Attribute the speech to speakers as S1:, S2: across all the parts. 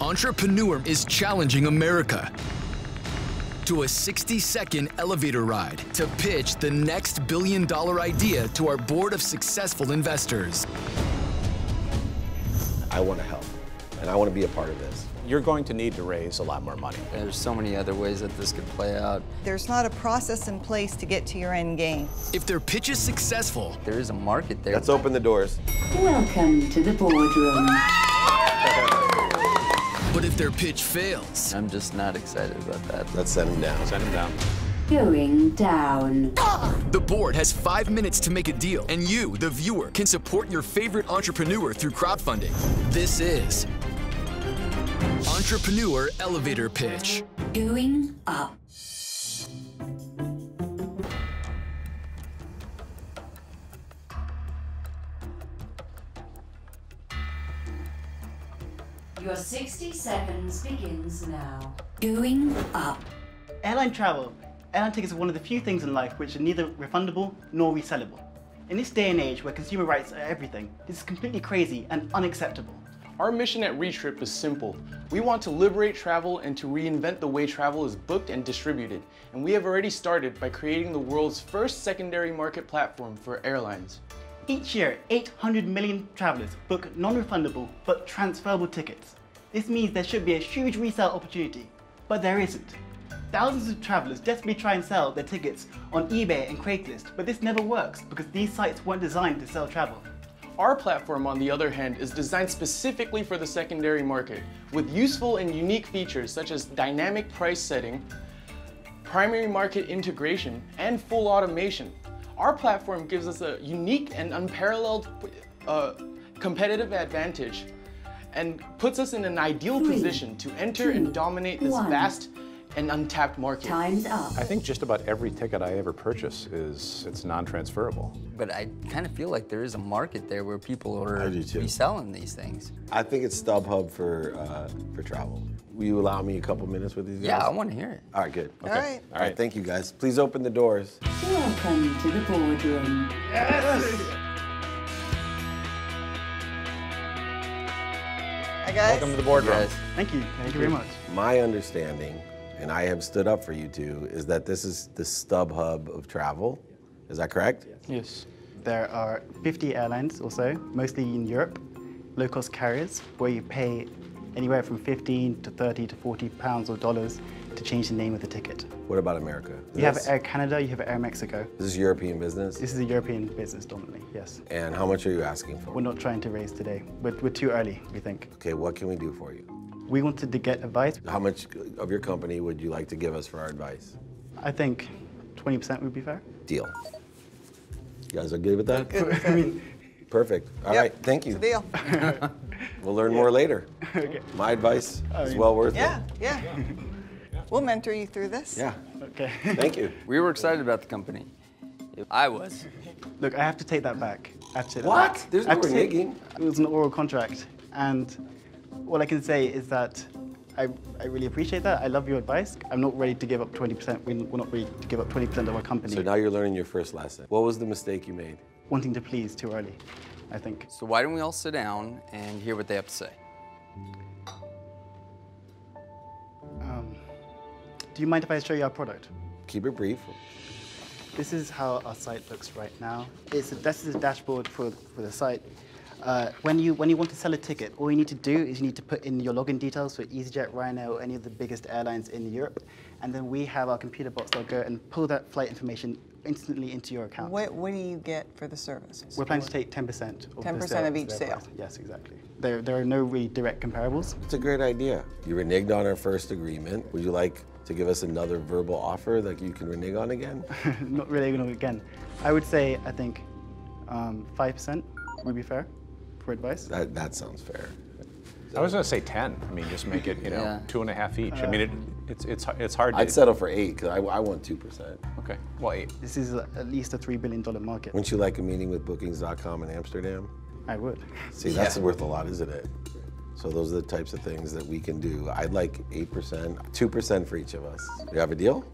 S1: Entrepreneur is challenging America to a 60 second elevator ride to pitch the next billion dollar idea to our board of successful investors.
S2: I want to help, and I want to be a part of this.
S3: You're going to need to raise a lot more money.
S4: There's so many other ways that this could play out.
S5: There's not a process in place to get to your end game.
S1: If their pitch is successful,
S4: There is a market there.
S2: Let's open the doors.
S6: Welcome to the boardroom.
S1: but if their pitch fails,
S4: I'm just not excited about that.
S2: Let's send them down.
S3: Send them down.
S6: Going down.
S1: the board has five minutes to make a deal, and you, the viewer, can support your favorite entrepreneur through crowdfunding. This is Entrepreneur Elevator Pitch.
S6: Going up. Your 60 seconds begins now. Going up.
S7: Airline travel. Airline tickets are one of the few things in life which are neither refundable nor resellable. In this day and age where consumer rights are everything, this is completely crazy and unacceptable.
S8: Our mission at ReTrip is simple. We want to liberate travel and to reinvent the way travel is booked and distributed. And we have already started by creating the world's first secondary market platform for airlines.
S7: Each year, 800 million travelers book non-refundable but transferable tickets. This means there should be a huge resale opportunity, but there isn't. Thousands of travelers desperately try and sell their tickets on eBay and Craigslist, but this never works because these sites weren't designed to sell travel.
S8: Our platform, on the other hand, is designed specifically for the secondary market with useful and unique features such as dynamic price setting, primary market integration, and full automation. Our platform gives us a unique and unparalleled uh, competitive advantage and puts us in an ideal
S6: Three,
S8: position to enter
S6: two,
S8: and dominate this
S6: one.
S8: vast and untapped market.
S6: Time's up.
S3: I think just about every ticket I ever purchase is it's non-transferable.
S4: But I kind of feel like there is a market there where people are
S2: I do too.
S4: reselling these things.
S2: I think it's StubHub for uh, for travel. Will you allow me a couple minutes with these guys?
S4: Yeah, I want to hear it.
S2: All right, good. Okay.
S5: All right.
S2: All right. Thank you guys. Please open the doors.
S6: Welcome to the boardroom.
S5: Hi, guys.
S3: Welcome to the boardroom.
S4: Guys,
S7: Thank you. Thank you very much.
S2: My understanding, and I have stood up for you two, is that this is the StubHub of travel. Is that correct?
S8: Yes.
S7: There are 50 airlines or so, mostly in Europe, low cost carriers, where you pay anywhere from 15 to 30 to 40 pounds or dollars to change the name of the ticket.
S2: What about America? Is
S7: You have
S2: this,
S7: Air Canada, you have Air Mexico.
S2: is this European business?
S7: This is a European business dominantly, yes.
S2: and how much are you asking for?
S7: We're not trying to raise today. We're, we're too early, we think.
S2: Okay, what can we do for you?
S7: We wanted to get advice.
S2: How much of your company would you like to give us for our advice?
S7: I think 20% would be fair.
S2: Deal. You guys are good with that?
S7: I mean,
S2: Perfect. All right. Thank you.
S5: It's a deal.
S2: We'll learn more later. My advice is well worth
S5: Yeah,
S2: it.
S5: yeah. We'll mentor you through this.
S2: Yeah.
S7: okay.
S2: Thank you.
S4: we were excited about the company. I was.
S7: Look, I have to take that back. I have to take
S2: What?
S7: That back.
S2: There's
S7: I have
S2: no
S7: to take-
S2: reneging.
S7: It was an oral contract, and all I can say is that I, I really appreciate that. I love your advice. I'm not ready to give up 20%. We- We're not ready to give up 20% of our company.
S2: So now you're learning your first lesson. What was the mistake you made?
S7: Wanting to please too early, I think.
S4: So why don't we all sit down and hear what they have to say?
S7: Um, do you mind if I show you our product?
S2: Keep it brief.
S7: This is how our site looks right now. It's a, this is a dashboard for, for the site. Uh, when you when you want to sell a ticket, all you need to do is you need to put in your login details for EasyJet, Ryanair, or any of the biggest airlines in Europe, and then we have our computer bots that'll go and pull that flight information instantly into your account.
S5: What, what do you get for the service?
S7: We're planning to take 10% of the
S5: 10%
S7: sale
S5: of
S7: as
S5: each
S7: their
S5: sale.
S7: price. Yes, exactly. There, there are no really direct comparables.
S2: It's a great idea. You reneged on our first agreement. Would you like to give us another verbal offer that you can renege on again?
S7: Not really going to again. I would say I think um, 5% would be fair for advice.
S2: That, that sounds fair.
S3: I was gonna say 10. I mean, just make it, you know,
S4: Yeah.
S3: two and a half each. I mean, it, it's it's it's hard to.
S2: I'd settle for eight because I, I want 2%.
S3: Okay. Well, eight.
S7: This is a, at least a $3 billion market.
S2: Wouldn't you like a meeting with bookings.com in Amsterdam?
S7: I would.
S2: See, that's worth a lot, isn't it? So those are the types of things that we can do. I'd like 8%, 2% for each of us. You have a deal?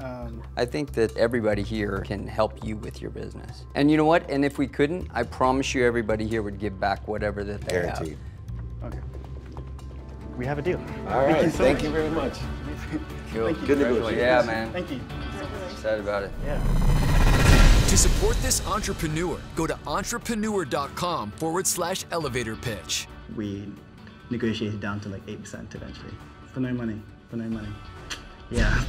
S7: Um,
S4: I think that everybody here can help you with your business. And you know what? And if we couldn't, I promise you everybody here would give back whatever that they have.
S2: Guaranteed.
S7: okay. we have a deal.
S2: All right. Thank you, very much.
S4: Cool.
S2: Good negotiation.
S4: Yeah, man.
S7: Thank you.
S4: Excited about it.
S1: To support this entrepreneur, go to entrepreneur.com forward slash elevator pitch.
S7: We negotiated down to like 8% eventually. For no money. For no money. Yeah.